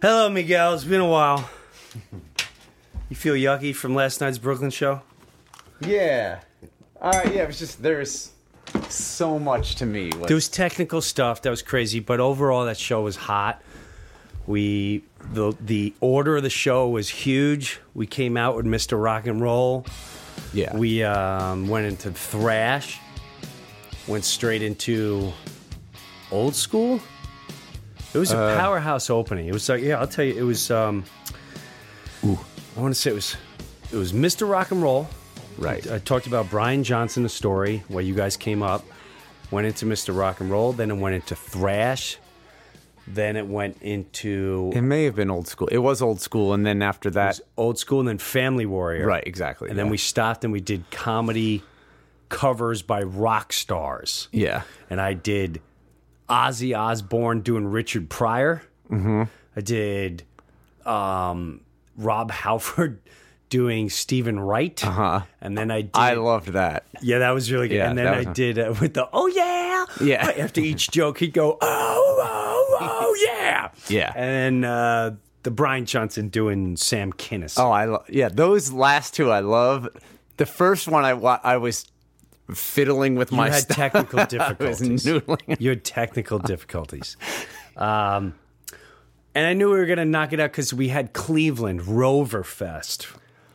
Hello, Miguel. It's been a while. You feel yucky from last night's Brooklyn show? Yeah. Uh, yeah, it was just there's so much to me. Like, There was technical stuff that was crazy, but overall, that show was hot. We the the order of the show was huge. We came out with Mr. Rock and Roll. yeah. We um, went into thrash. Went straight into old school. It was a powerhouse opening. It was like, yeah, I'll tell you, it was. Um, I want to say it was, it was Mr. Rock and Roll. right. I talked about Brian Johnson, the story where you guys came up, went into Mr. Rock and Roll, then it went into thrash, then it went into it may have been old school. It was old school, and then after that, old school, and then Family Warrior. right? Exactly. And then yeah. we stopped and we did comedy covers by rock stars. Yeah. and I did Ozzy Osbourne doing Richard Pryor. Mm-hmm. I did um, Rob Halford doing Stephen Wright. Uh-huh. And then I did. I loved that. yeah, that was really good. Yeah, and then that I was- did uh, with the, oh, yeah. Yeah. After each joke, he'd go, oh, oh, oh, yeah. Yeah. And then uh, the Brian Johnson doing Sam Kinison. Oh, I lo- yeah. Those last two, I love. The first one, I wa- I was fiddling with You my had stuff. technical I was difficulties. noodling. you had technical difficulties. Um, and I knew we were going to knock it out because we had Cleveland Rover Fest,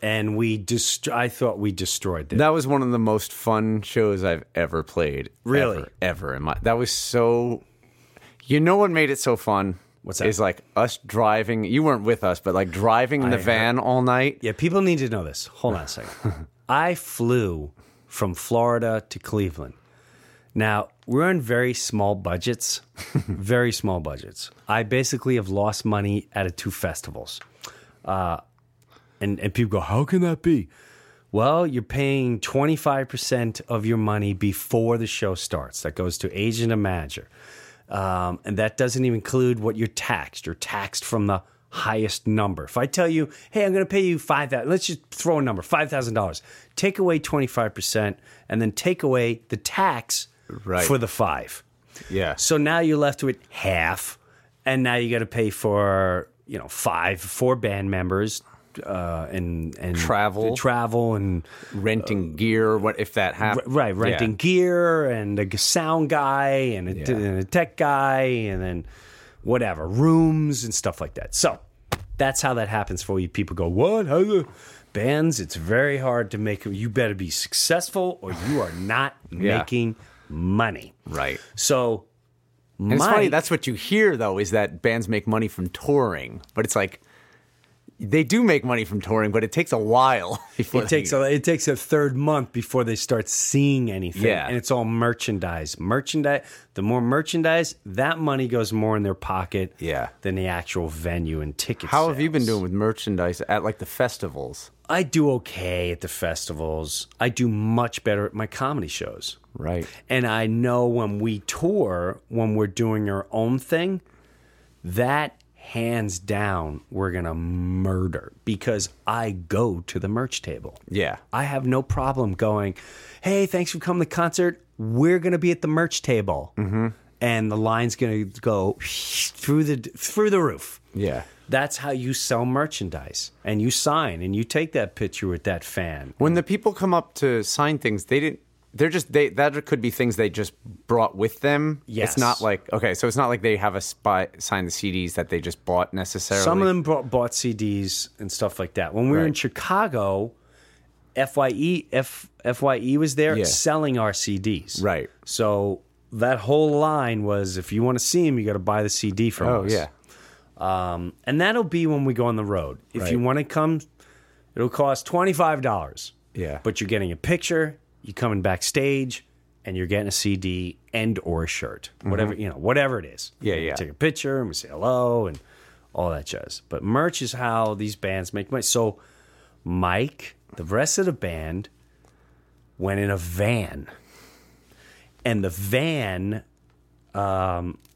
and we dest- I thought we destroyed it. That was one of the most fun shows I've ever played. Really? Ever. ever in my, that was so. You know what made it so fun? What's that? Is like us driving. You weren't with us, but like driving in the I- van all night. yeah, people need to know this. Hold on a second. I flew from Florida to Cleveland. Now we're on very small budgets, very small budgets. I basically have lost money out of two festivals. and and people go, how can that be? Well, you're paying 25% of your money before the show starts. That goes to agent and manager. Um, and that doesn't even include what you're taxed. You're taxed from the highest number. If I tell you, hey, I'm going to pay you 5000 let's just throw a number, $5,000. Take away 25% and then take away the tax Right. for the five. Yeah. So now you're left with half, and now you got to pay for you know five, four band members, uh, and and Travel. the travel, and renting gear. What if that r- happened? right renting gear, and a g- sound guy, and a, Yeah. and a tech guy, and then whatever rooms and stuff like that. So that's how that happens for you. People go, what? How the bands? It's very hard to make. You better be successful, or you are not Yeah. making money. Right. So. And it's Mike- funny. That's what you hear though is that bands make money from touring, but it's like they do make money from touring, but it takes a while. Before It takes they, a it takes a third month before they start seeing anything, Yeah. and it's all merchandise. Merchandise. The more merchandise, that money goes more in their pocket, Yeah. than the actual venue and tickets. How have you been doing with merchandise at like the festivals? I do okay at the festivals. I do much better at my comedy shows. Right. And I know when we tour, when we're doing our own thing, that hands down, we're going to murder because I go to the merch table. Yeah. I have no problem going, hey, thanks for coming to the concert. We're going to be at the merch table. Mm-hmm. and the line's going to go through the through the roof. Yeah. That's how you sell merchandise and you sign and you take that picture with that fan. When the people come up to sign things, they didn't. They're just they that could be things they just brought with them. Yes. It's not like okay, so it's not like they have a spy sign the CDs that they just bought necessarily. Some of them brought, bought CDs and stuff like that. When we were in Right. Chicago, FYE F, FYE was there Yeah. selling our CDs. Right. So that whole line was if you want to see him, you got to buy the CD from Oh us. yeah. Um, And that'll be when we go on the road. If you Right. want to come, it'll cost $25. Yeah. But you're getting a picture, you're coming backstage, and you're getting a CD and or a shirt. Whatever, you know, whatever it is. Mm-hmm. Yeah, We yeah. Take a picture and we say hello and all that jazz. But merch is how these bands make money. So Mike, the rest of the band, went in a van. And the van um,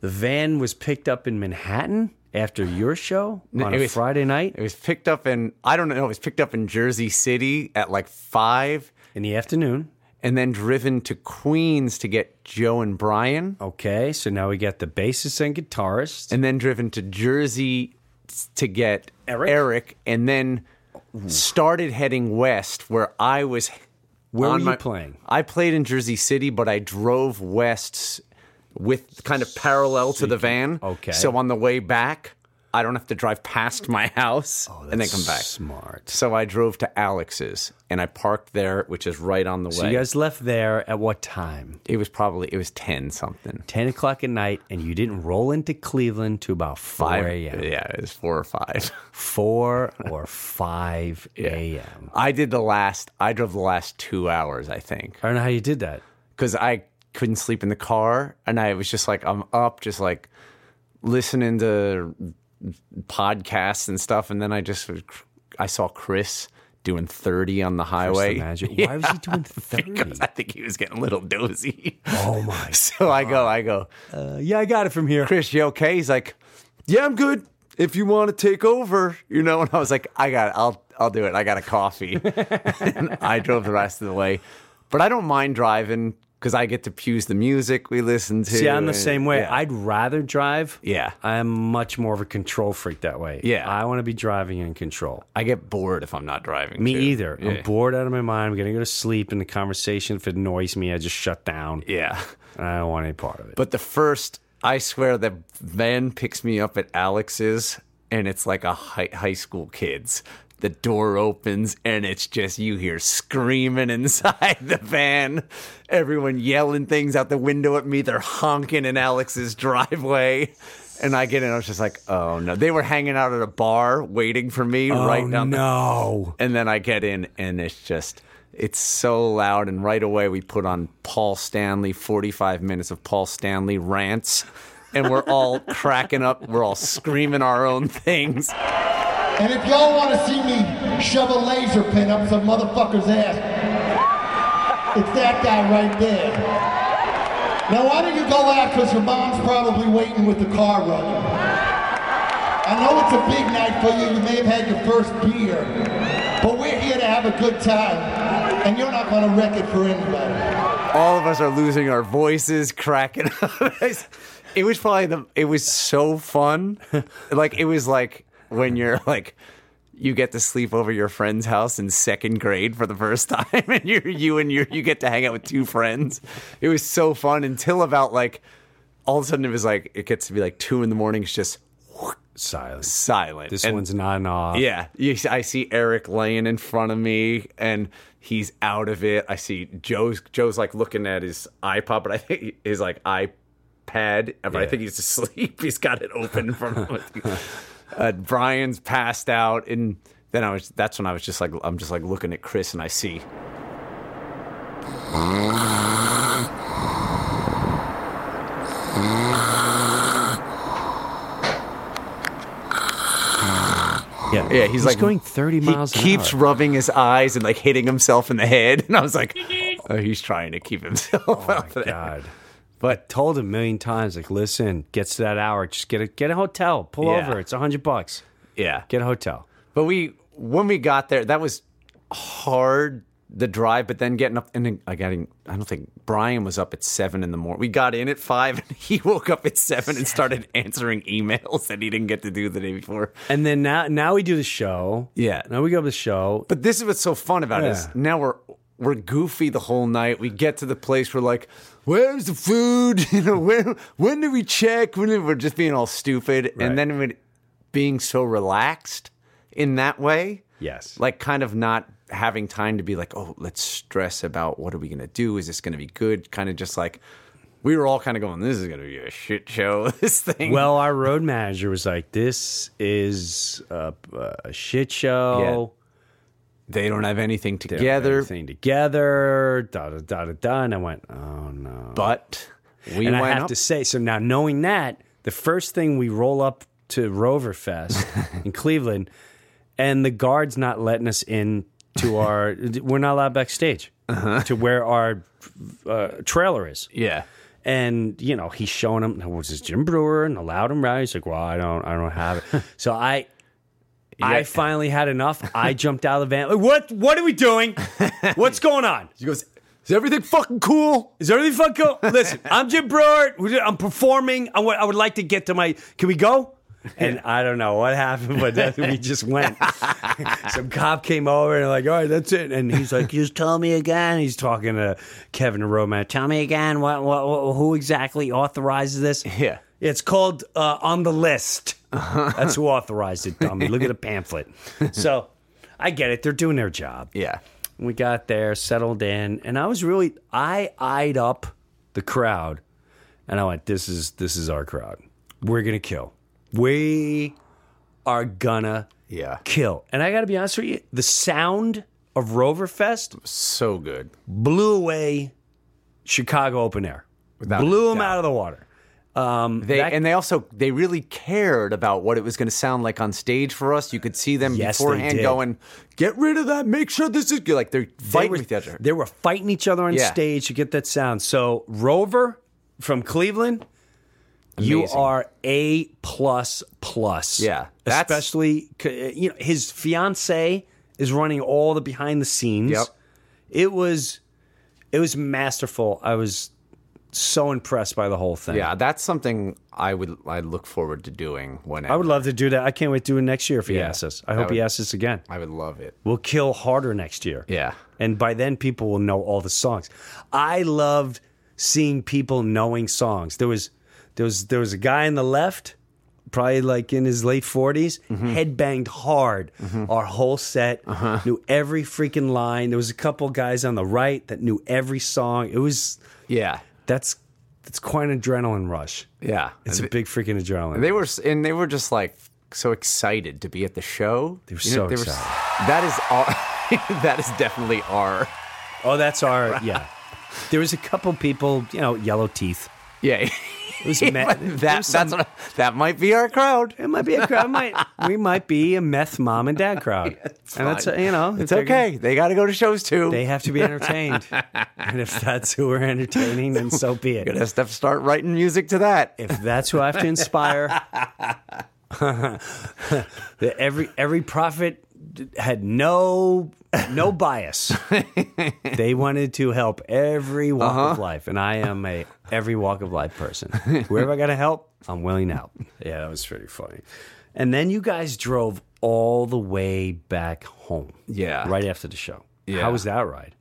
the van was picked up in Manhattan after your show on it a was- Friday night It was picked up in I don't know. It was picked up in Jersey City at like five, in the afternoon. and then driven to Queens to get Joe and Brian, Okay, so now we got the bassist and guitarist. and then driven to Jersey to get Eric? and then started heading west where I was. Where were on you my- playing? I played in Jersey City, but I drove west with kind of parallel to the van. okay. So on the way back, I don't have to drive past my house Oh, and then come back. Smart. So I drove to Alex's and I parked there, which is right on the So way. you guys left there at what time? it was probably it was ten something. Ten o'clock at night, and you didn't roll into Cleveland to about four Five a.m. Yeah, it was four or five. Four or five a.m. I did the last. I drove the last two hours, I think, I don't know how you did that. because I couldn't sleep in the car, and I was just like, I'm up, just like listening to podcasts and stuff, and then I just I saw Chris doing thirty on the highway. Imagine why was he doing thirty? Because I think he was getting a little dozy. Oh my! So I go, I go, Uh, yeah, I got it from here. Chris, you okay? He's like, Yeah, I'm good. If you want to take over, you know. And I was like, I got, it. I'll, I'll do it. I got a coffee. and I drove the rest of the way, but I don't mind driving because I get to choose the music we listen to. See, I'm the and- same way. Yeah. I'd rather drive. Yeah. I'm much more of a control freak that way. Yeah. I want to be driving in control. I get bored if I'm not driving. Me too. either. Yeah. I'm bored out of my mind. I'm gonna go to sleep in the conversation. If it annoys me, I just shut down. yeah. I don't want any part of it. But the first, I swear, the van picks me up at Alex's, and it's like a high, high school kids. The door opens, and it's just you hear screaming inside the van. Everyone yelling things out the window at me. They're honking in Alex's driveway. And I get in, I was just like, oh no. They were hanging out at a bar waiting for me right down the Oh, no. and then I get in, and it's just, it's so loud. And right away, we put on Paul Stanley, 45 minutes of Paul Stanley rants. And we're all cracking up. We're all screaming our own things. And if y'all want to see me shove a laser pin up some motherfucker's ass, it's that guy right there. Now, why don't you go after us? Your mom's probably waiting with the car running. I know it's a big night for you. You may have had your first beer, but we're here to have a good time, and you're not going to wreck it for anybody. All of us are losing our voices, cracking up. It was probably the, it was so fun. Like, it was like when you're like, you get to sleep over your friend's house in second grade for the first time, and you're you and you you get to hang out with two friends. It was so fun until about like all of a sudden it was like it gets to be like two in the morning. It's just Silence. silent. This And- one's not an off. yeah. You, see- I see Eric laying in front of me, and he's out of it. I see Joe's Joe's like looking at his iPod, but I think his like iPad, but I Yeah. think he's asleep. He's got it open from. uh, Brian's passed out, and then I was. That's when I was just like, I'm just like looking at Chris, and I see. Yeah. Yeah, he's, like going 30 miles He an keeps hour. rubbing his eyes and like hitting himself in the head, and I was like, oh, he's trying to keep himself. out there. Oh God. But told him a million times, like, listen, gets to that hour, just get a get a hotel, pull Yeah. over, it's a hundred bucks, yeah. get a hotel. But we when we got there, that was hard the drive, but then getting up and then I got in, I don't think Brian was up at seven in the morning. We got in at five and he woke up at seven, and started answering emails that he didn't get to do the day before. And then now, now we do the show. Yeah. Now we go to the show. But this is what's so fun about it is Yeah. now we're we're goofy the whole night. We get to the place we're like, where's the food? You know, when when do we check? When do- we're just being all stupid, Right. and then we being so relaxed in that way. Yes. like kind of not having time to be like, oh, let's stress about what are we gonna do? Is this gonna be good? Kind of just like. We were all kind of going, this is going to be a shit show, this thing. Well, our road manager was like, "This is a, a shit show. they don't have anything They don't have together, everything together. Da da da da da." And I went, "Oh no!" but we and went I have up. to say, so now knowing that, the first thing we roll up to Rover Fest in Cleveland, and the guards not letting us in to our, we're not allowed backstage to where our uh, trailer is. Uh-huh. yeah. and you know he's showing him it was this Jim Brewer and allowed him right. He's like, well, I don't, I don't have it. so I, I Yeah. finally had enough. I jumped out of the van. Like, What? What are we doing? What's going on? She goes, Is everything fucking cool? Is there anything fucking? Cool? Listen, I'm Jim Brewer. We're- I'm performing. I would, I would like to get to my. Can we go? And I don't know what happened, but then we just went. Some cop came over and like, all right, that's it. And he's like, just tell me again. He's talking to Kevin Roman. Tell me again. What, what, what- who exactly authorizes this? Yeah. It's called uh, on the list. That's who authorized it, dummy. Look at the pamphlet. So I get it. They're doing their job. Yeah. We got there, settled in, and I was really I eyed up the crowd, and I went, "This is this is our crowd. We're gonna kill. We are gonna Yeah. kill." And I got to be honest with you, the sound of Roverfest So good. blew away Chicago open air, Without blew a them doubt. out of the water. They and they also they really cared about what it was going to sound like on stage for us. You could see them Yes, they beforehand did. going, "Get rid of that. Make sure this is good." Like they're They fighting were, with each other. they were fighting each other on Yeah. stage to get that sound. So Rover from Cleveland, you Amazing. are a plus plus. Yeah, that's- especially c- you know his fiance is running all the behind the scenes. Yep. it was it was masterful. I was so impressed by the whole thing. Yeah, that's something I would I look forward to doing whenever. I would love to do that. I can't wait to do it next year if he Yeah. asks us. I That hope he would- asks us again. I would love it. We'll kill harder next year. Yeah. And by then, people will know all the songs. I loved seeing people knowing songs. There was, there was, there was a guy on the left, probably like in his late 40s headbanged hard our whole set, knew every freaking line. There was a couple guys on the right that knew every song. It was Yeah. that's that's quite an adrenaline rush. Yeah. It's a And big freaking adrenaline. they were s- and they were just like so excited to be at the show. They were You so s- excited. That is our that is definitely our oh, that's our yeah. There was a couple people, you know, yellow teeth. Yeah. It was Yeah, ma- but there that, was some- that's what I- that might be our crowd. It might be a crowd. might, we might be a meth mom and dad crowd. and that's, fine. you know, It's they're gonna- okay. They got to go to shows too. They have to be entertained. and if that's who we're entertaining, then so be Gonna it. have to start writing music to that. If that's who I have to inspire, that every every prophet had no no bias. they wanted to help every walk of life, and I am a every walk of life person. Wherever I got to help, I'm willing to help. Yeah, that was pretty funny. And then you guys drove all the way back home. Yeah. right after the show. Yeah. How was that ride?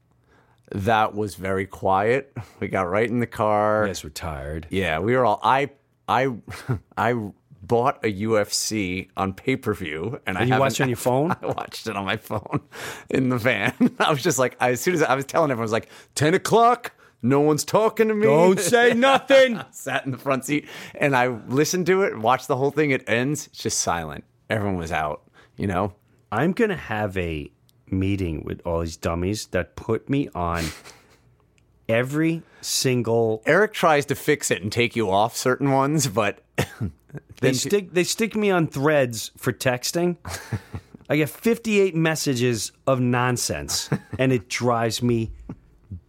That was very quiet. We got right in the You car. guys were tired. Yeah, we were all. I I I bought a UFC on pay per view, and I Did you haven't- watch it on your phone? I watched it on my phone in the van. I was just like, as soon as I was telling everyone, I was like, ten o'clock. No one's talking to me. Don't say nothing. sat in the front seat and I listened to it, watched the whole thing. It ends, it's just silent. Everyone was out, you know? I'm going to have a meeting with all these dummies that put me on every single Eric tries to fix it and take you off certain ones, but they stick they stick me on threads for texting. I get 58 messages of nonsense and it drives me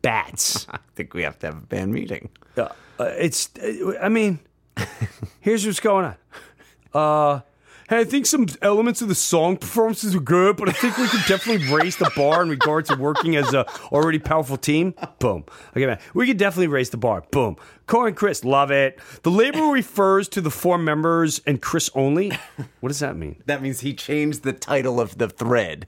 bats. I think we have to have a band meeting. Uh, uh, it's uh, I mean, here's what's going on. Uh Hey, I think some elements of the song performances were good, but I think we could definitely raise the bar in regard to working as a already powerful team. Boom. Okay, man. We could definitely raise the bar. Boom. Corey and Chris, love it. The label refers to the four members and Chris only. What does that mean? That means he changed the title of the thread.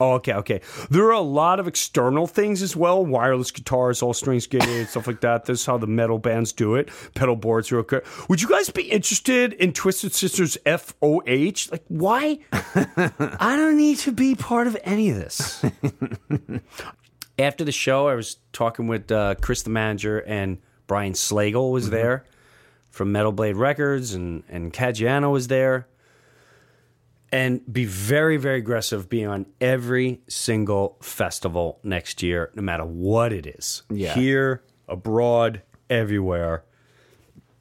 Oh, okay, okay. There are a lot of external things as well. Wireless guitars, all strings gated, stuff like that. That's how the metal bands do it. Pedal boards are okay. Would you guys be interested in Twisted Sisters FOH? Like, why? I don't need to be part of any of this. After the show, I was talking with uh, Chris, the manager, and Brian Slagle was there from Metal Blade Records, and and Caggiano was there and be very, very aggressive, be on every single festival next year, no matter what it is. Yeah. Here, abroad, everywhere.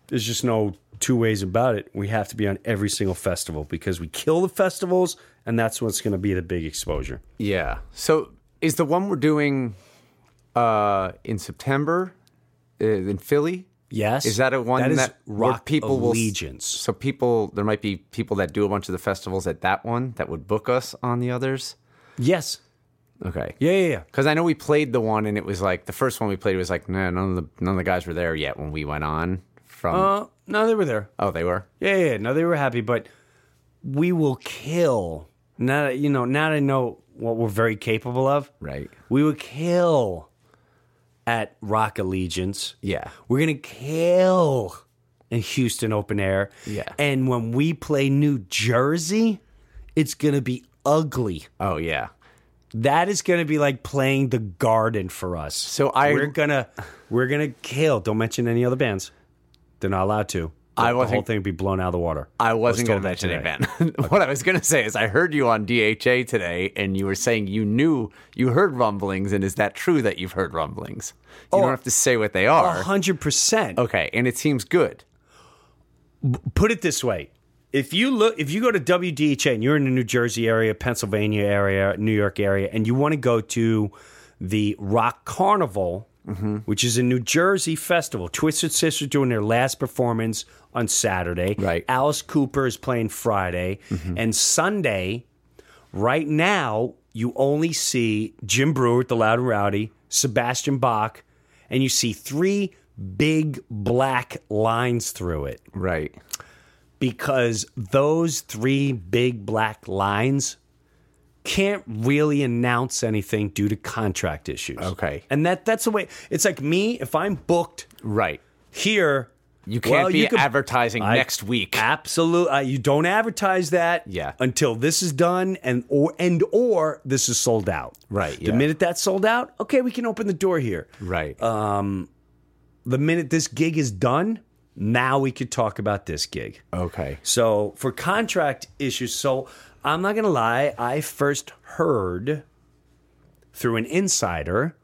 There's just no two ways about it. We have to be on every single festival because we kill the festivals, and that's what's going to be the big exposure. Yeah. So is the one we're doing uh, in September uh, in Philly? Yes. Is that a one That that, is where Rock people Allegiance. will? So people, there might be people that do a bunch of the festivals at that one that would book us on the others. Yes. Okay. Yeah, yeah, yeah. Because I know we played the one, and it was like the first one we played was like, no, none of the none of the guys were there yet when we went on. From Uh, no, they were there. oh, they were. Yeah, yeah, no, they were happy, but we will kill. Now that you know, now that I know what we're very capable of, Right. We will kill at Rock Allegiance. Yeah. we're gonna kill in Houston open air. Yeah. and when we play New Jersey, it's gonna be ugly. Oh yeah. That is gonna be like playing the Garden for us. So I- we're gonna we're gonna kill. Don't mention any other bands. They're not allowed to. I the wasn't- whole thing would be blown out of the water. I wasn't going to told mention me it, man. what I was going to say is, I heard you on DHA today, and you were saying you knew you heard rumblings, and is that true that you've heard rumblings? Oh, You don't have to say what they A are. hundred percent. Okay, and it seems good. put it this way if you look if you go to WDHA and you're in the New Jersey area, Pennsylvania area, New York area, and you want to go to the Rock Carnival, which is a New Jersey festival, Twisted Sisters doing their last performance on Saturday. Right. Alice Cooper is playing Friday. And Sunday, right now, you only see Jim Brewer at the Loud and Rowdy, Sebastian Bach, and you see three big black lines through it Right. because those three big black lines can't really announce anything due to contract issues. Okay. And that that's the way it's like me if I'm booked Right. here You can't well, be you could- advertising I- next week. Absolutely. Uh, you don't advertise that Yeah. until this is done and or and or this is sold out. Right, The yeah. minute that's sold out, okay, we can open the door here. Right. Uh, The minute this gig is done, now we could talk about this gig. okay. So for contract issues, so I'm not gonna lie, I first heard through an insider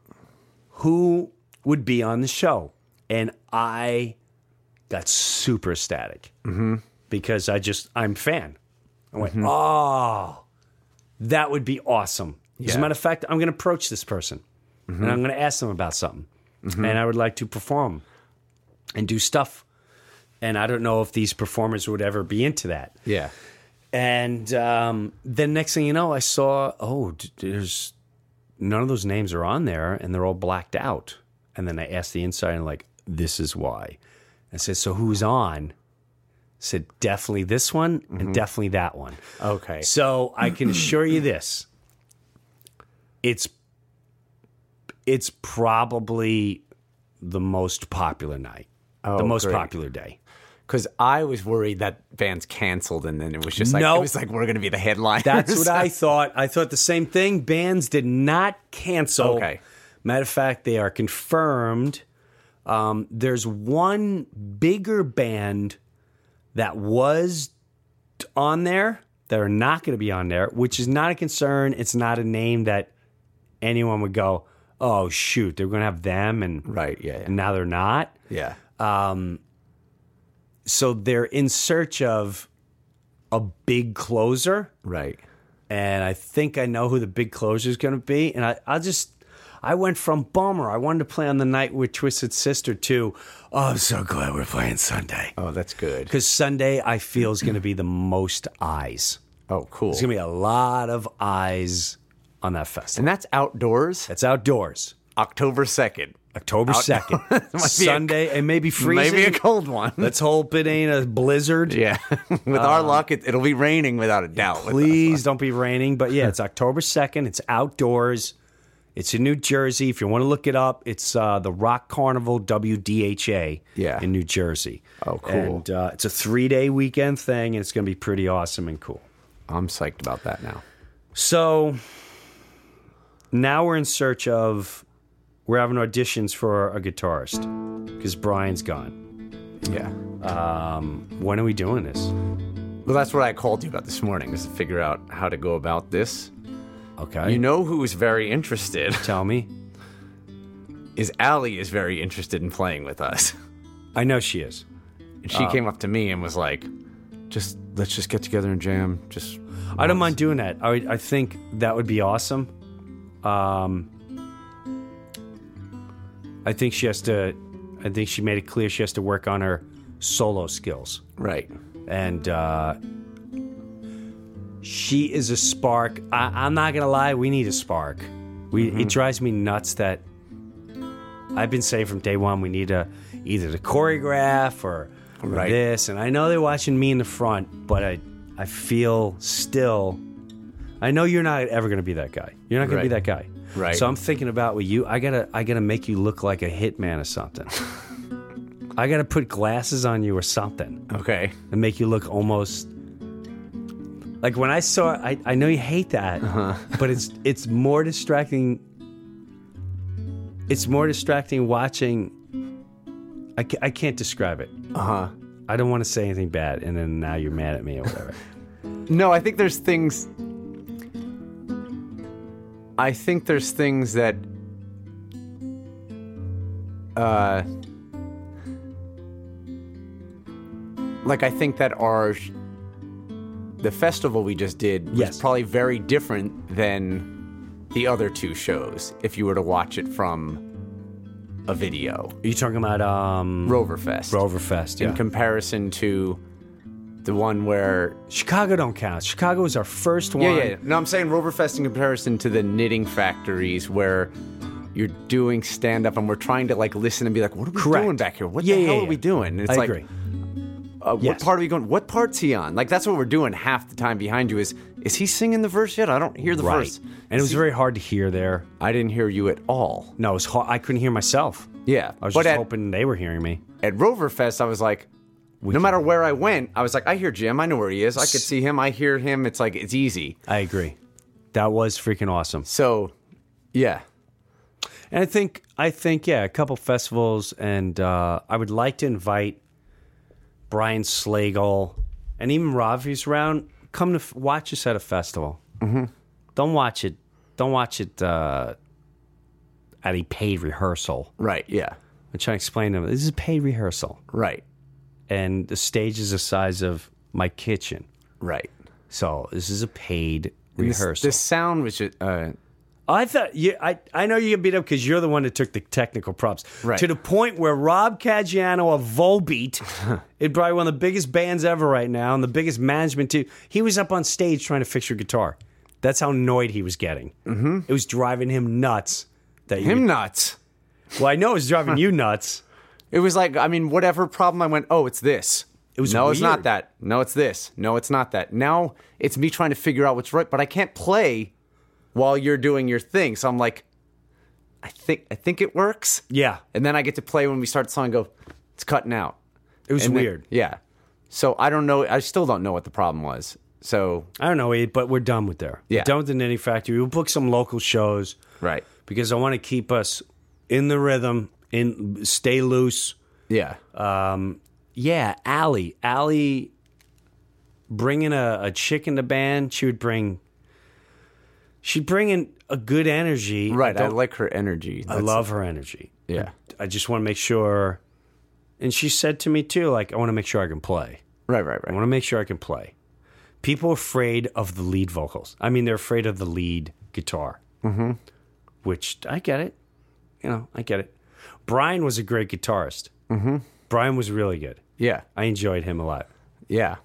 who would be on the show, and I got super ecstatic because I just I'm a fan. I went, oh, that would be awesome. As a Yeah. matter of fact, I'm gonna approach this person and I'm gonna ask them about something, and I would like to perform and do stuff. And I don't know if these performers would ever be into that. Yeah. And um, then next thing you know, I saw, oh, d- there's none of those names are on there and they're all blacked out. And then I asked the insider, and like, this is why. I said, so who's on? said, definitely this one and definitely that one. Okay. So I can assure you this. It's it's probably the most popular night. the most Oh, great. popular day. Because I was worried that bands canceled, and then it was just like No. it was like we're going to be the headline. That's what I thought. I thought the same thing. Bands did not cancel. Okay. Matter of fact, they are confirmed. Um, there's one bigger band that was t- on there that are not going to be on there, which is not a concern. It's not a name that anyone would go, oh, shoot, they're going to have them. And, Right, yeah, yeah. and now they're not yeah. Uh, so they're in search of a big closer Right. and i think i know who the big closer is going to be and I, i'll just I went from bummer. I wanted to play on the night with Twisted Sister to, oh, I'm so glad we're playing Sunday. Oh, that's good. Because Sunday, I feel, is going to be the most eyes. Oh, cool. There's going to be a lot of eyes on that festival. And that's outdoors. It's outdoors, October 2nd. October 2nd, a- Sunday, and maybe freezing. Maybe a cold one. Um, Let's hope it ain't a blizzard. yeah. With our luck, it, it'll be raining without a doubt. with us. Please don't be raining. But yeah, it's October 2nd. It's outdoors. It's in New Jersey. If you want to look it up, it's uh, the Rock Carnival WDHA Yeah. in New Jersey. Oh, cool. And uh, it's a three day weekend thing, and it's going to be pretty awesome and cool. I'm psyched about that now. So now we're in search of, we're having auditions for a guitarist because Brian's gone. Yeah. When are we doing this? Well, that's what I called you about this morning, is to figure out how to go about this. Okay. You know who's very interested Tell me. is Allie is very interested in playing with us. I know she is. And she came up to me and was like, just let's just get together and jam. Just I don't mind doing that. I, I think that would be awesome. Um, I think she has to. I think she made it clear she has to work on her solo skills, right. and uh, she is a spark. I, I'm not gonna lie, we need a spark. We Mm-hmm. it drives me nuts that I've been saying from day one we need a either to choreograph or, or Right. this. And I know they're watching me in the front, but I I feel still. I know you're not ever going to be that guy. You're not going to be that Right. guy. Right. So I'm thinking about with you. I gotta I gotta make you look like a hitman or something. I gotta put glasses on you or something Okay. and make you look almost like when I saw. I I know you hate that, Uh-huh. but it's it's more distracting. It's more distracting watching. I, ca- I can't describe it. Uh huh. Uh-huh. I don't want to say anything bad, and then now you're mad at me or whatever. No, I think there's things. I think there's things that. Uh, like, I think that our. The festival we just did was Yes. probably very different than the other two shows if you were to watch it from a video. Are you talking about um Roverfest. Roverfest? In Yeah. comparison to the one where Chicago don't count. Chicago was our first one. Yeah, yeah. No, I'm saying Roverfest in comparison to the knitting factories where you're doing stand up and we're trying to like listen and be like, what are we Correct. doing back here? What Yeah, the yeah, hell yeah. are we doing? And it's I like, agree. Uh, Yes. what part are we going? What part's he on? Like that's what we're doing half the time behind you is is he singing the verse yet? I don't hear the Right. verse. And it was very hard to hear there. I didn't hear you at all. No, it was hard. I couldn't hear myself. Yeah. I was but just at, hoping they were hearing me. at Roverfest, I was like, no matter where I went, I was like, I hear Jim. I know where he is. I could see him. I hear him. It's like it's easy. I agree. That was freaking awesome. So, yeah. And I think I think yeah, a couple festivals, and uh, I would like to invite Brian Slagle and even Rob if he's around. Come to f- watch us at a festival. Mm-hmm. Don't watch it. Don't watch it uh, at a paid rehearsal. Right. Yeah. I'm trying to explain to him this is a paid rehearsal, Right. and the stage is the size of my kitchen. Right. So this is a paid This- rehearsal. The sound was just, uh, I thought you. I, I know you get beat up because you're the one that took the technical props. Right. To the point where Rob Caggiano of Volbeat, it probably one of the biggest bands ever right now and the biggest management too. He was up on stage trying to fix your guitar. That's how annoyed he was getting. Mm-hmm. It was driving him nuts. That you, him nuts. Well, I know it was driving you nuts. It was like, I mean, whatever problem I went, oh, it's this. It was no, it's weird. not that. No, it's this. No, it's not that. Now it's me trying to figure out what's right, but I can't play while you're doing your thing. So I'm like, I think I think it works. Yeah, And then I get to play when we start the song. and Go, it's cutting out. it was And then- weird. yeah. So I don't know. I still don't know what the problem was. So I don't know, Ed, but we're done with there. Yeah. We're done with the Knitting Factory. We'll book some local shows. right. because I want to keep us in the rhythm, in stay loose. Yeah. Uh, Yeah, Allie, Allie, bringing a, a chick in the band, she would bring. She'd bring in a good energy. right. I don't- like her energy. I That's- love her energy. Yeah. I just want to make sure. And she said to me too, like, I want to make sure I can play. Right. Right. I Right. want to make sure I can play. People are afraid of the lead vocals. I mean, they're afraid of the lead guitar. Mm-hmm. which I get it. You know, I get it. Brian was a great guitarist. Mm-hmm. Brian was really good. Yeah. I enjoyed him a lot. Yeah.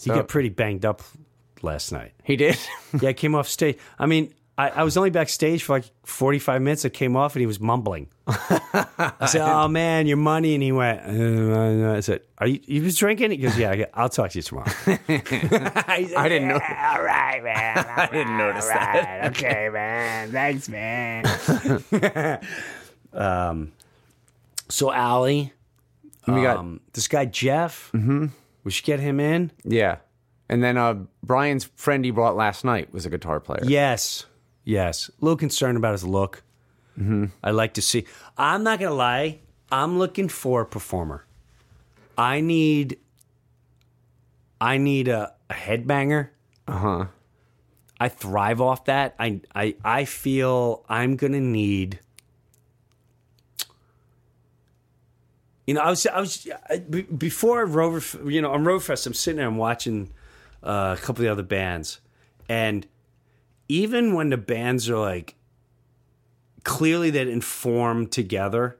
He Oh. got pretty banged up last night. He did. Yeah, I came off stage. I mean, I, I was only backstage for like 45 minutes. I came off and he was mumbling. I said, Oh man, your money. And he went, uh, I said, Are you, you was drinking? He goes, Yeah, I go, I'll talk to you tomorrow. I didn't know. All right, man. I didn't notice that. Okay, man. Thanks, man. Um, So, Allie, We got um, this guy, Jeff, mm-hmm. we should get him in. yeah. And then uh, Brian's friend he brought last night was a guitar player. Yes. Yes. A little concerned about his look. I like to see. I'm not going to lie. I'm looking for a performer. I need. I need a, a headbanger. Uh huh. Uh-huh. I thrive off that. I I I feel I'm gonna need. You know, I was I was I- be- before Rover. You know, on Roverfest, I'm sitting there, I'm watching uh, a couple of the other bands, and even when the bands are like clearly that inform together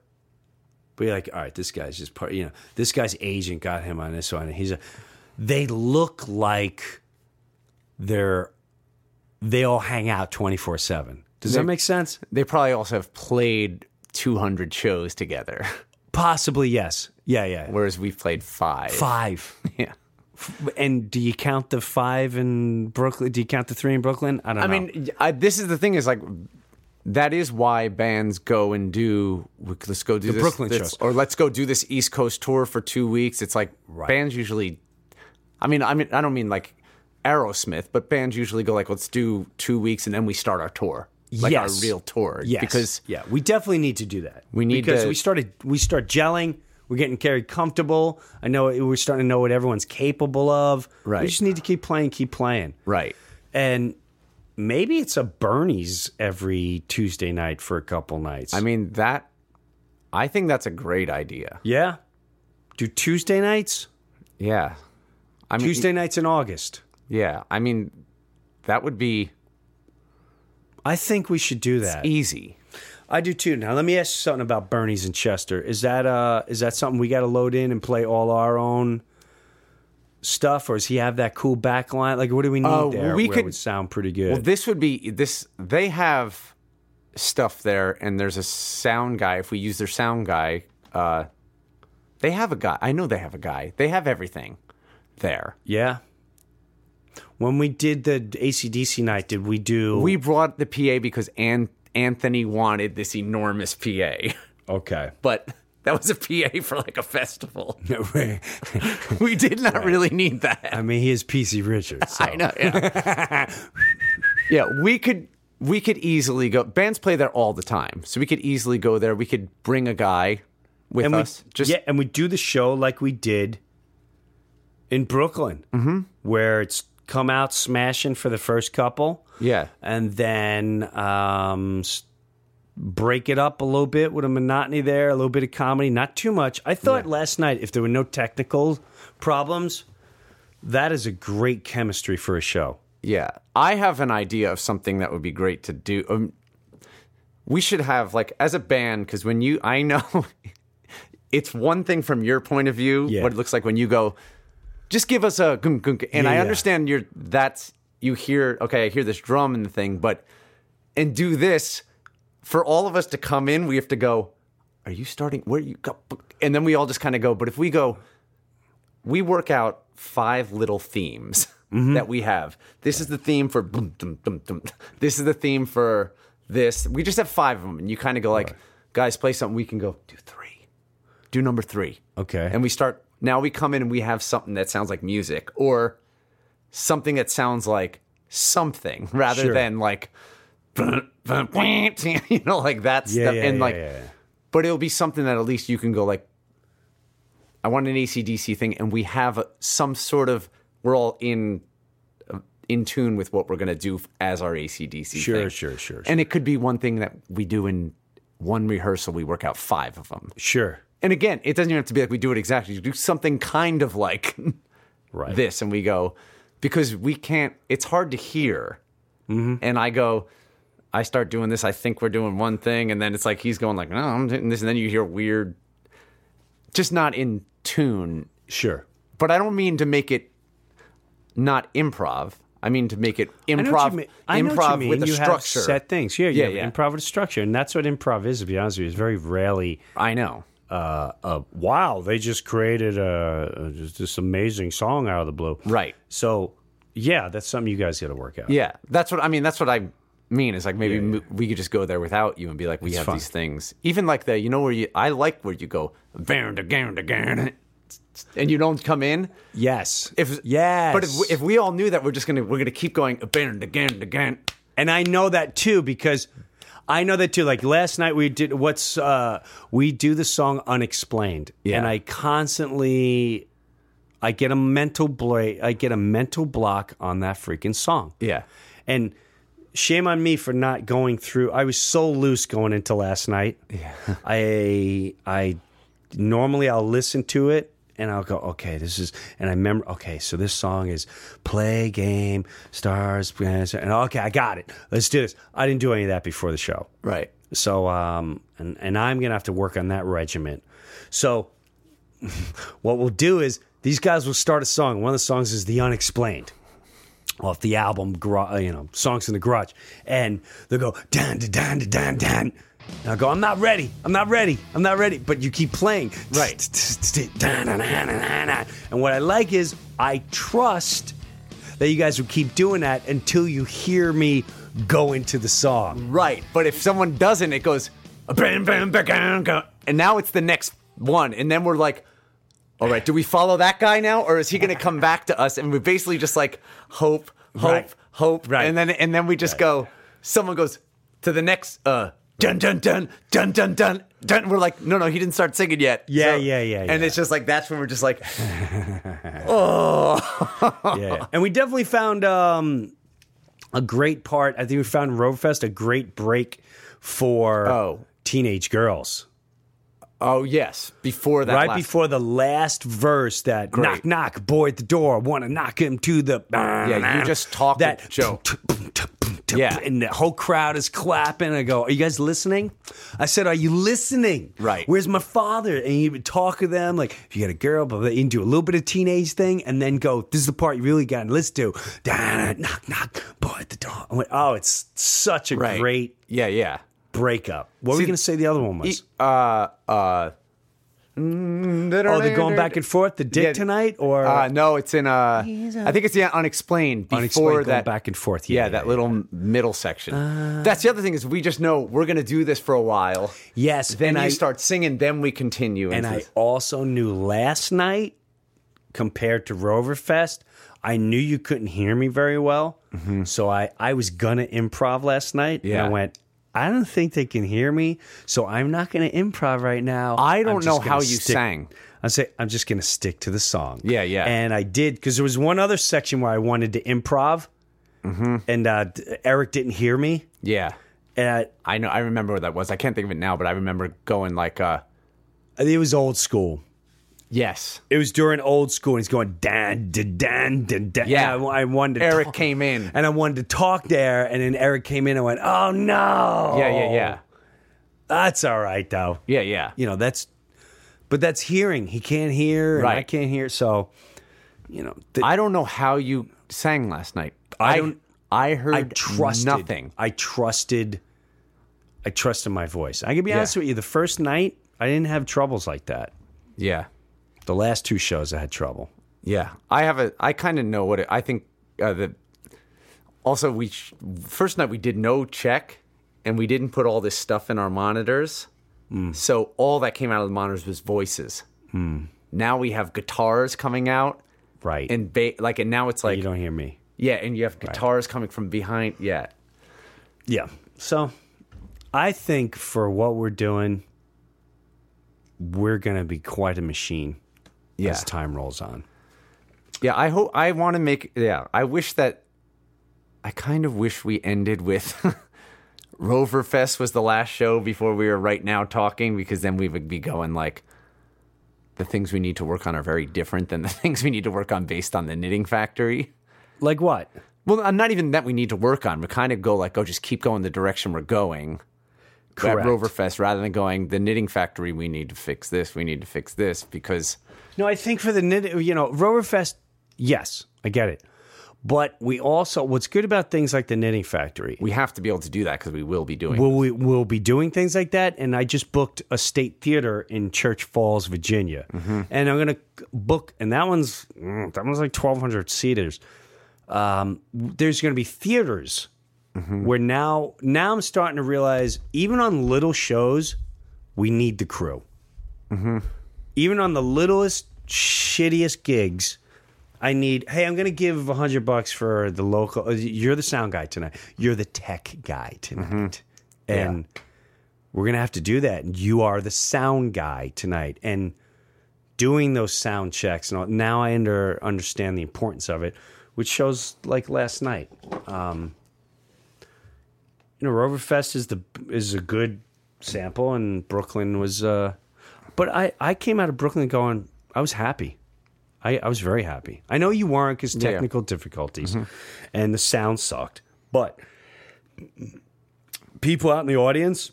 but you're like all right this guy's just part you know this guy's agent got him on this one and he's a they look like they're they all hang out 24-7 does that make sense They probably also have played 200 shows together, possibly yes yeah yeah whereas we've played five. five Yeah. and do you count the five in brooklyn do you count the three in brooklyn i don't I know mean, I, this is the thing is like, that is why bands go and do let's go do the this, Brooklyn this- shows. or let's go do this East Coast tour for two weeks. It's like bands usually. I mean, I mean, I don't mean like Aerosmith, but bands usually go like, let's do two weeks and then we start our tour, like Yes. our real tour, Yes. because yeah, we definitely need to do that. We need because to- we started we start gelling. We're getting very comfortable. I know we're starting to know what everyone's capable of. Right. We just need to keep playing, keep playing. right, And maybe it's a Bernie's every Tuesday night for a couple nights. I mean that. I think that's a great idea. yeah. Do Tuesday nights? Yeah, I mean, Tuesday nights in August. Yeah, I mean, that would be I think we should do that. easy. I do too. Now let me ask you something about Bernie's and Chester. Is that uh is that something we got to load in and play all our own stuff, or does he have that cool back line? Like, what do we need Uh, there? we where it could- would sound pretty good. Well, this would be this. They have stuff there, and there's a sound guy. If we use their sound guy, uh, they have a guy. I know they have a guy. They have everything there. yeah. When we did the ACDC night, did we do? We brought the PA because An- Anthony wanted this enormous PA, okay. but that was a PA for like a festival. I We did not really need that. mean, he is PC Richards. So. I know. Yeah. yeah, we could we could easily go. Bands play there all the time, so we could easily go there. We could bring a guy with and we us. Just yeah, and we do the show like we did in Brooklyn, mm-hmm. where it's come out smashing for the first couple. yeah, and then um, s- break it up a little bit with a monotony there, a little bit of comedy, not too much. I thought last night, if there were no technical problems, that is a great chemistry for a show. yeah. I have an idea of something that would be great to do. Um, we should have like as a band because when you, I know, it's one thing from your point of view Yeah. what it looks like when you go. Just give us a gunk gunk, and Yeah, I yeah. understand you're that's you hear okay. I hear this drum and the thing, but and do this for all of us to come in. We have to go. Are you starting? Where you go? And then we all just kind of go. But if we go, we work out five little themes Mm-hmm. that we have. This is the theme for boom, dum, dum, dum. This is the theme for this. We just have five of them, and you kind of go like, guys, play something. We can go do three, do number three, Okay. and we start. Now we come in and we have something that sounds like music or something that sounds like something rather Sure. than like. You know, like that stuff, and like but it'll be something that at least you can go like i want an acdc thing and we have a- some sort of we're all in uh, in tune with what we're going to do f- as our acdc Sure, thing. sure, sure, and it could be one thing that we do in one rehearsal we work out five of them sure. and again it doesn't even have to be like we do it exactly you do something kind of like Right. this and we Mm-hmm. go because we can't it's hard to hear and i go I start doing this. I think we're doing one thing, and then it's like he's going like, no, I'm doing this, and then you hear weird, just not in tune. Sure. But I don't mean to make it not improv. I mean to make it I know improv, what you mean. I know what improv you mean. with a you structure. Have set things. Yeah, you Yeah, have yeah. Improv with a structure, and that's what improv is. To be honest with you, it's very rarely. I know. Uh, uh, wow, they just created a, a just this amazing song out of the blue. Right. So, yeah, that's something you guys got to work out. Yeah, that's what I mean. That's what I mean. Is like maybe mo- we could just go there without you and be like, we have fine. these things. Even like the, you know, where you, I like where you go, "Vern da gan da gan," and you don't come in. Yes. If yes. but if, if we all knew that, we're just gonna we're gonna keep going "Vern da gan da gan." and I know that too because I know that too. Like last night we did what's uh we do the song Unexplained, Yeah. and I constantly I get a mental bla- I get a mental block on that freaking song. Yeah, And shame on me for not going through. I was so loose going into last night. Yeah. I I normally I'll listen to it and I'll go, okay, this is and I remember okay, so this song is play game, stars, and okay, I got it. Let's do this. I didn't do any of that before the show. right. So um and, and I'm gonna have to work on that regiment. So what we'll do is these guys will start a song. One of the songs is The Unexplained. Off the album, Gra- uh, you know, songs in the garage, and they'll go dan da dan da dan dan. And I'll go, I'm not ready, I'm not ready, I'm not ready. But you keep playing, Right. Dan, dan, dan, dan, dan. And what I like is I trust that you guys will keep doing that until you hear me go into the song. Right. But if someone doesn't, it goes bam bam bam, bam bam. and now it's the next one, and then we're like, all right, do we follow that guy now, or is he going to come back to us? And we basically just like hope, hope, Right. hope, Right. and then and then we just go. Someone goes to the next. uh Dun dun dun dun dun dun dun. We're like, no, no, he didn't start singing yet. Yeah, yeah, yeah, And yeah. it's just like that's when we're just like, yeah. And we definitely found um, a great part. I think we found Roverfest a great break for Oh. teenage girls. oh yes, before that, right last- before the last verse that knock Great. knock boy at the door want to knock him to the Yeah, you just talk that it, Joe. yeah Yeah. and the whole crowd is clapping I go are you guys listening I said are you listening Right. where's my father and you would talk to them like if you got a girl but you can do a little bit of teenage thing and then go this is the part you really got to listen to Da, knock knock boy at the door I went oh it's such a Right. great Yeah, yeah. breakup what were we See, gonna say the other one was Uh, uh. oh they're going back and forth the dick Yeah. tonight or Uh, no, it's in uh, I think it's the unexplained before Unexplained, going that back and forth. Yeah, Yeah, yeah, that yeah. Uh, little middle section. That's the other thing is we just know we're gonna do this for a while. Yes, Then and you I- start singing. Then we continue. And into I this. also knew last night, compared to Roverfest, I knew you couldn't hear me very well. So I, I was going to improv last night. And Mm-hmm. Yeah. I went, I don't think they can hear me. So I'm not going to improv right now. I I'm don't just know gonna how you stick- sang. I say, I'm just going to stick to the song. Yeah, yeah. And I did because there was one other section where I wanted to improv. Mm-hmm. And uh, d- Eric didn't hear me. Yeah, And I know. I remember what that was. I can't think of it now, but I remember going like, uh, I, it was old school. yes. It was during old school, and he's going dan dan dan dan. dan. Yeah. and I, I wanted to Eric talk- came in. and I wanted to talk there, and then Eric came in and went, "Oh no, Yeah, yeah, yeah, Oh. that's all right though." yeah, yeah. You know that's, but that's hearing. He can't hear, and I Right. can't hear. So, you know, th- I don't know how you sang last night. I don't- I heard I trusted nothing. I trusted. I trusted my voice. I can be Yeah. honest with you. The first night, I didn't have troubles like that. Yeah. The last two shows, I had trouble. Yeah, I have a. I kind of know what it, I think. Uh, the also we sh- first night we did no check, and we didn't put all this stuff in our monitors, Hmm. so all that came out of the monitors was voices. Now we have guitars coming out Right, and ba- like, and now it's you like don't hear me. yeah, and you have guitars coming from behind. Yeah, Yeah. So I think for what we're doing, we're going to be quite a machine yeah, as time rolls on. yeah. I hope I want to make. Yeah, I wish that. I kind of wish we ended with. Rover Fest was the last show before we were right now talking because then we would be going like the things we need to work on are very different than the things we need to work on based on the knitting factory. Like what? Well, uh, not even that we need to work on. We kind of go like, oh, just keep going the direction we're going. Correct. At Roverfest, rather than going the knitting factory, we need to fix this. We need to fix this because No, I think for the knit, you know, Roverfest, yes, I get it. But we also, what's good about things like the Knitting Factory, we have to be able to do that because we will be doing. we'll, we, we'll be doing things like that. And I just booked a state theater in Church Falls, Virginia. And I'm going to book, and that one's, mm, that one's like 1,200 seaters. Um, there's going to be theaters where now, now I'm starting to realize even on little shows, we need the crew. Even on the littlest, shittiest gigs, I need, hey, I'm going to give 100 bucks for the local. uh, You're the sound guy tonight. You're the tech guy tonight. And we're going to have to do that. And you are the sound guy tonight. And doing those sound checks. And all, now I under, understand the importance of it, which shows like last night. Um, you know, Roverfest is the is a good sample, and Brooklyn was. Uh, but I I came out of Brooklyn going, I was happy. I, I was very happy. I know you weren't because technical difficulties and the sound sucked, but people out in the audience,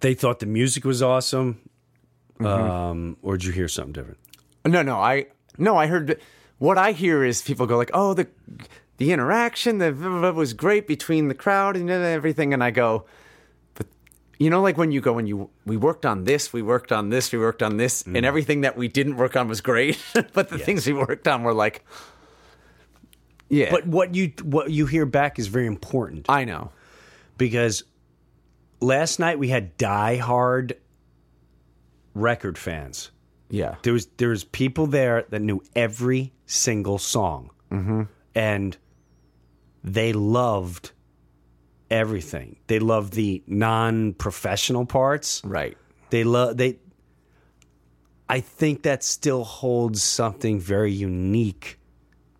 they thought the music was awesome. Um, or did you hear something different? No, no, I no, I heard what I hear is people go like, "Oh, the the interaction the blah, blah, blah was great between the crowd and everything," and I go, "But you know, like when you go when you we worked on this, we worked on this, we worked on this, and everything that we didn't work on was great, but the things we worked on were like, yeah, But what you what you hear back is very important I know, because last night we had diehard record fans. yeah, There was there was people there that knew every single song, Mm-hmm. and they loved everything. They loved the non-professional parts. right, They love they. I think that still holds something very unique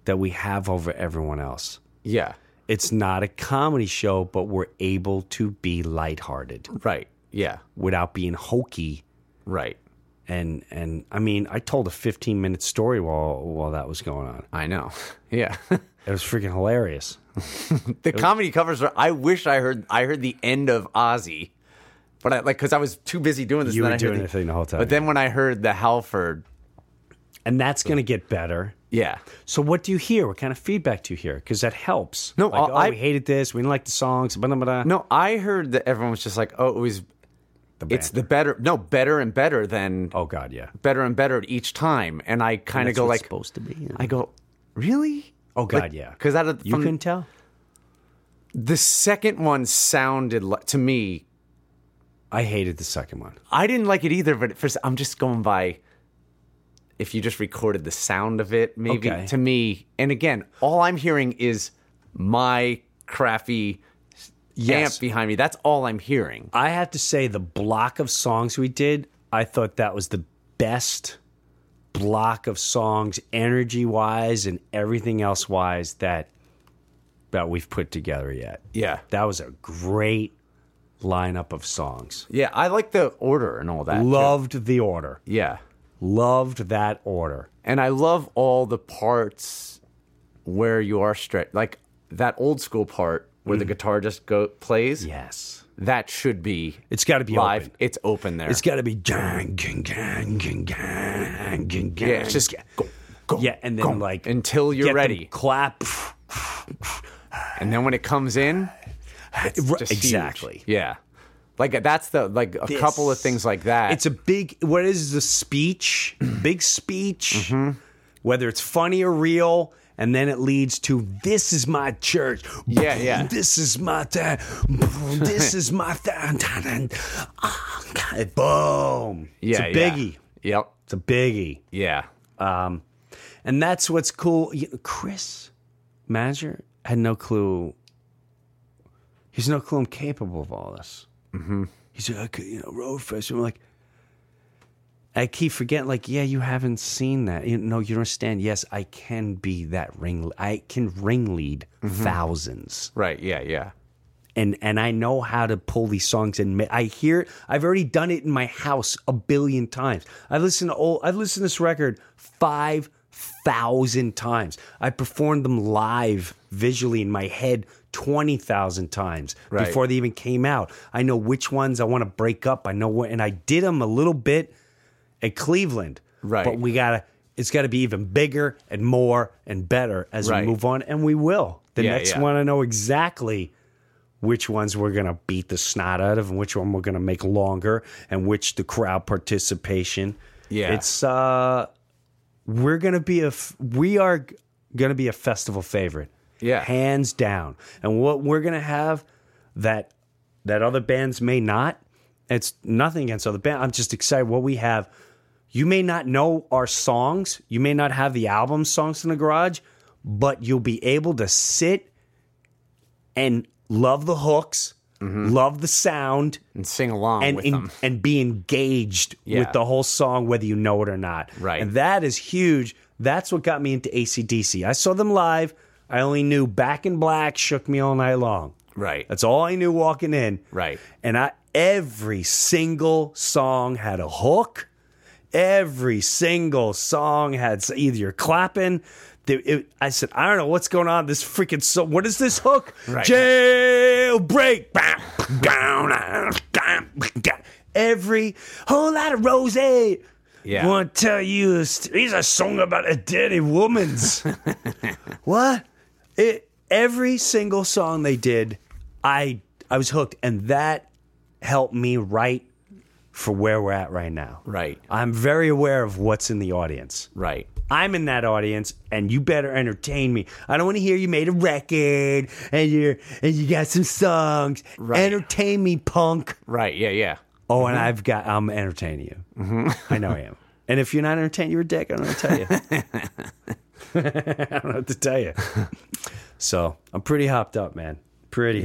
that we have over everyone else. yeah, It's not a comedy show, but we're able to be lighthearted right, yeah, without being hokey. right, And and I mean, I told a 15 minute story while while that was going on. I know, yeah." It was freaking hilarious. The comedy covers are. I wish I heard. I heard the end of Ozzy, but I like because I was too busy doing this. You and were then I heard doing the thing the whole time, But then when I heard the Halford, And that's going to get better. yeah, So what do you hear? What kind of feedback do you hear? Because that helps. No, like, I- oh, I- we hated this. We didn't like the songs. Blah, blah, blah. no, I heard that everyone was just like, oh, it was. it's the better. No, better and better than oh God, yeah. better and better each time, and I kind of That's go what's like, supposed to be. I go, really? Oh God, yeah. Because out of you from- couldn't tell. the second one sounded like, to me, I hated the second one. I didn't like it either, but first I'm just going by if you just recorded the sound of it, maybe Okay. to me. And again, all I'm hearing is my crappy Yes. amp behind me. That's all I'm hearing. I have to say, the block of songs we did, I thought that was the best block of songs, energy wise and everything else wise that that we've put together yet. Yeah. that was a great lineup of songs. Yeah, I like the order and all that. too. Loved the order. Yeah. Loved that order. And I love all the parts where you are stretched. Like that old school part where Mm. the guitar just go plays. Yes, That should be it's got to be live. Open. It's open there. It's got to be gang, gang, gang, gang, gang, gang, gang. yeah, it's just go, go, yeah, and then go, like until you're get them ready. clap. And then when it comes in, Right, just huge. exactly. Yeah. Like that's the like a This- couple of things like that. Mm-hmm. It's a big. What is the speech? big speech. Whether it's funny or real, and then it leads to this is my church. Yeah, yeah. This is my time. This is my time. Boom. it's yeah, a biggie. Yeah. Yep. It's a biggie. Yeah. Um, And that's what's cool. You- Chris, manager, had no clue. He's no clue I'm capable of all this. Mm-hmm. He's like, okay, you know, road fish. I'm like, I keep forgetting, like, yeah, you haven't seen that. You, no, you don't understand. Yes, I can be that ring. I can ring lead thousands Right. Yeah. Yeah. and and I know how to pull these songs and ma- I hear it. I've already done it in my house a billion times. I've listened to old I've listened to this record 5 thousand times. I performed them live visually in my head twenty thousand times Right. before they even came out. I know which ones I want to break up. I know what, and I did them a little bit at Cleveland. Right. but we gotta. It's got to be even bigger and more and better as Right. we move on, and we will. The Yeah, next yeah. one, I know exactly which ones we're going to beat the snot out of and which one we're going to make longer and which the crowd participation. Yeah. It's uh we're going to be a f- we are going to be a festival favorite. Yeah. Hands down. And what we're going to have that that other bands may not. It's nothing against other bands. I'm just excited what we have. You may not know our songs. You may not have the album songs in the garage, but you'll be able to sit and love the hooks, love the sound, Mm-hmm. and sing along and with en- them. and be engaged Yeah. with the whole song, whether you know it or not. Right. and that is huge. That's what got me into ACDC. I saw them live. I only knew Back in Black shook me all night long. Right. That's all I knew walking in. Right. And I every single song had a hook. Every single song had s- either you're clapping. the- it- I said, I don't know what's going on. This freaking song. What is this hook? Right. Jailbreak. Bam, down, down, down, down. Every whole lot of rose. Yeah. Want to tell you, this is a song about a dirty woman's. What? It every single song they did, I I was hooked, and that helped me write for where we're at right now. Right. I'm very aware of what's in the audience. Right. I'm in that audience, and you better entertain me. I don't want to hear you made a record and you and you got some songs. Right. Entertain me, punk. Right. Yeah. Yeah. Oh, Mm-hmm. and I've got I'm entertaining you. I know I am. And if you're not entertained, you're a dick. I don't know what to tell you. I don't know what to tell you. So I'm pretty hopped up, man. Pretty.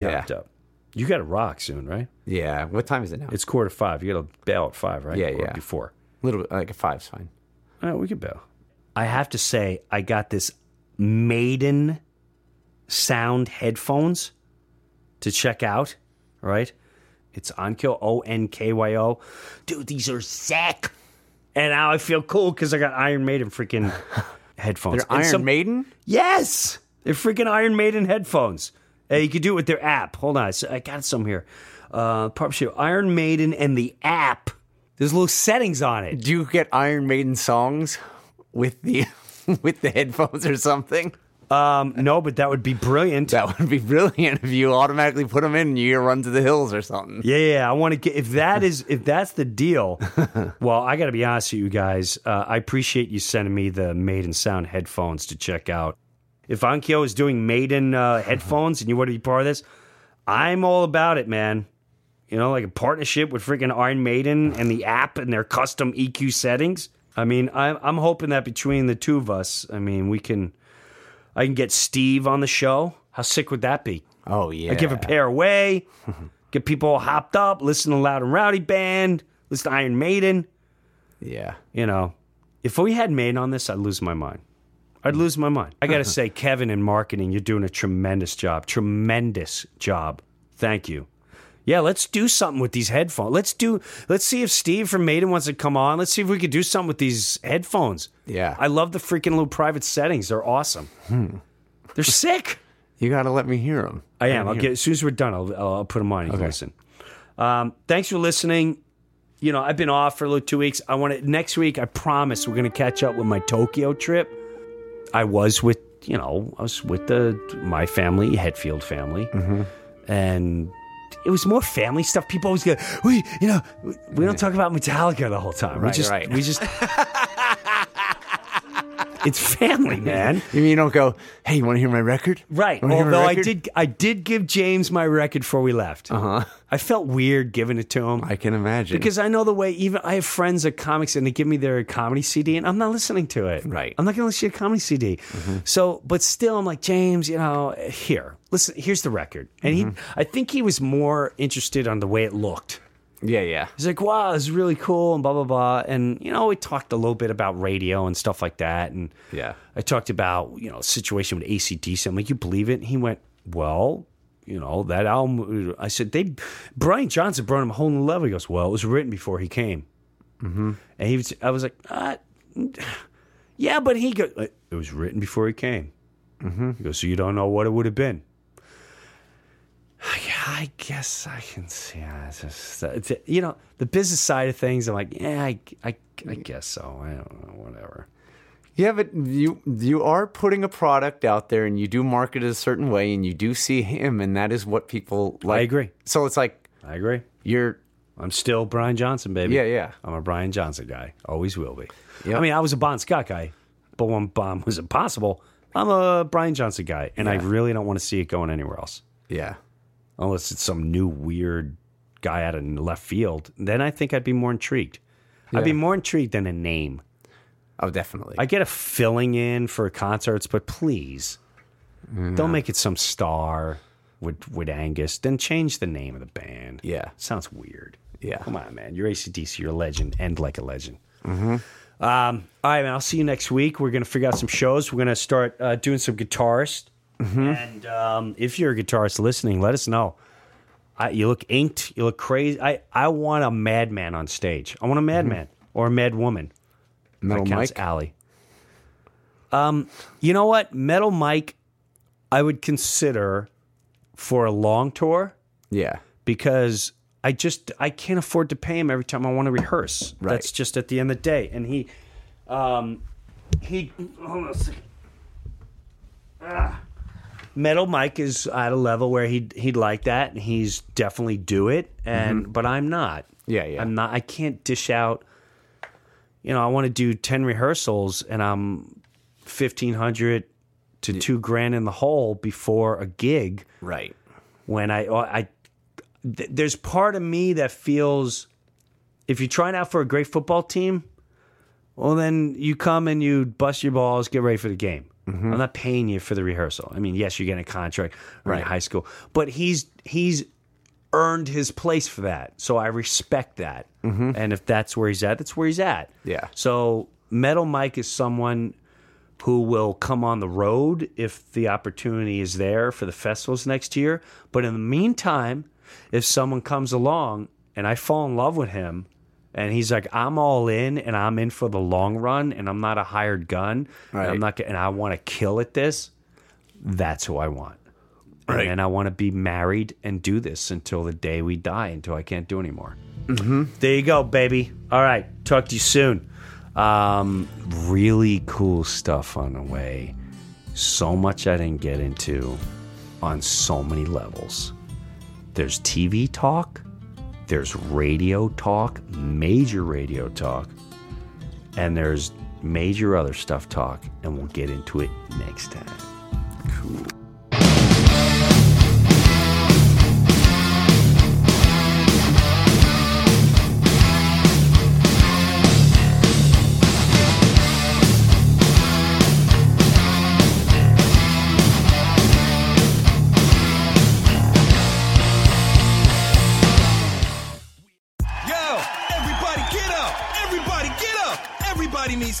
Yeah. hopped up. You got to rock soon, right? Yeah. What time is it now? It's quarter to five. You got to bail at five, right? Yeah, Or yeah. Before. little bit like a five's fine. All right, we can bail. I have to say, I got this Maiden sound headphones to check out. Right? It's Onkyo O N K Y O. Dude, these are sick. And now I feel cool because I got Iron Maiden freaking headphones. They're And Iron some- Maiden. Yes, they're freaking Iron Maiden headphones. Uh, you can do it with their app. Hold on, I s- I got some here. Uh, partnership Iron Maiden and the app. There's little settings on it. Do you get Iron Maiden songs with the with the headphones or something? Um, no, but that would be brilliant. That would be brilliant if you automatically put them in and you run to the hills or something. Yeah, yeah. I want to get if that is if that's the deal. well, I got to be honest with you guys. Uh, I appreciate you sending me the Maiden Sound headphones to check out. If Onkyo is doing Maiden uh, headphones and you want to be part of this, I'm all about it, man. You know, like a partnership with freaking Iron Maiden and the app and their custom EQ settings. I mean, I'm I'm hoping that between the two of us, I mean, we can. I can get Steve on the show. How sick would that be? Oh yeah. I give a pair away, get people all hopped up, listen to Loud and Rowdy Band, listen to Iron Maiden. Yeah. You know, if we had Maiden on this, I'd lose my mind. I'd lose my mind. I got to say, Kevin in marketing, you're doing a tremendous job. Tremendous job. Thank you. Yeah, let's do something with these headphones. Let's do. Let's see if Steve from Maiden wants to come on. Let's see if we could do something with these headphones. Yeah. Hmm. I love the freaking little private settings. They're awesome. They're sick. You got to let me hear them. I am. I'll get, as soon as we're done, I'll, I'll I'll put them on and you can listen. Um, thanks for listening. You know, I've been off for a little two weeks. I want to next week. I promise we're going to catch up with my Tokyo trip. I was with you know I was with the my family, Hetfield family, and it was more family stuff. People always go, we you know we- we don't talk about Metallica the whole time. we Right, just right. we just It's family, man. You mean you don't go, hey, you want to hear my record? Right. Wanna hear my Although I record?" Uh-huh. did, I did give James my record before we left. Uh huh. I felt weird giving it to him. I can imagine. because I know the way. Even I have friends that comics, and they give me their comedy CD, and I'm not listening to it. Right. Mm-hmm. I'm not going to listen to a comedy CD. So, but still, I'm like James. You know, here, listen. Here's the record, and he. Mm-hmm. I think he was more interested on the way it looked. yeah, yeah. He's like, wow, this is really cool, and blah blah blah. And you know, we talked a little bit about radio and stuff like that, and Yeah. I talked about, you know, situation with ACDC. I'm like, you believe it? And he went, well, you know, that album. I said, they, Brian Johnson brought him a whole new level. He goes, well, it was written before he came. And he was, I was like, uh, yeah, but he goes, it was written before he came. He goes, so you don't know what it would have been. Yeah, I guess I can see. Yeah, it's just, it's, you know, the business side of things, I'm like, yeah, I, I, Mm-hmm. I guess so. I don't know, whatever. Yeah, but you you are putting a product out there and you do market it a certain way and you do see him and that is what people like. agree. So it's like I agree. you're I'm still Brian Johnson, baby. Yeah, yeah. I'm a Brian Johnson guy. Always will be. Yep. I mean, I was a Bon Scott guy, but when Bon was impossible, I'm a Brian Johnson guy, and I really don't want to see it going anywhere else, Yeah. unless it's some new weird guy out in left field. Then I think I'd be more intrigued. I'd be more intrigued than a name. Oh definitely. I get a filling in for concerts, but please don't make it some star with with Angus. Then change the name of the band. Yeah. sounds weird. Yeah. come on, man. You're ACDC. You're a legend. End like a legend. Mm-hmm. Um, all right, man. I'll see you next week. We're gonna figure out some shows. We're gonna start uh, doing some guitarists. Mm-hmm. And um, if you're a guitarist listening, let us know. I, you look inked. You look crazy. I, I want a madman on stage. I want a madman or a mad woman. Metal That counts Mike? Alley. Um, you know what? Metal Mike, I would consider for a long tour yeah. because I just I can't afford to pay him every time I want to rehearse. Right. That's just at the end of the day. And he, um, he hold on a second. Ah. Metal Mike is at a level where he'd he'd like that, and he's definitely do it. And but I'm not. Mm-hmm. Yeah, yeah. I'm not. I can't dish out. You know, I want to do ten rehearsals, and I'm fifteen hundred to two grand in the hole before a gig Right. when I, oh, I th- there's part of me that feels if you're trying out for a great football team, well, then you come and you bust your balls, get ready for the game. I'm not paying you for the rehearsal. I mean, yes, you're getting a contract right. in high school, but he's he's earned his place for that, so I respect that. And if that's where he's at, that's where he's at. Yeah. So Metal Mike is someone who will come on the road if the opportunity is there for the festivals next year. But in the meantime, if someone comes along and I fall in love with him and he's like, I'm all in and I'm in for the long run and I'm not a hired gun and I'm Right. not and I want to kill at this, that's who I want. Right. And then I want to be married and do this until the day we die, until I can't do anymore. Mm-hmm. There you go, baby. All right. Talk to you soon. Um, really cool stuff on the way. So much I didn't get into on so many levels. There's TV talk, there's radio talk, major radio talk, and there's major other stuff talk, and we'll get into it next time. Yo, everybody get up! Everybody get up! Everybody needs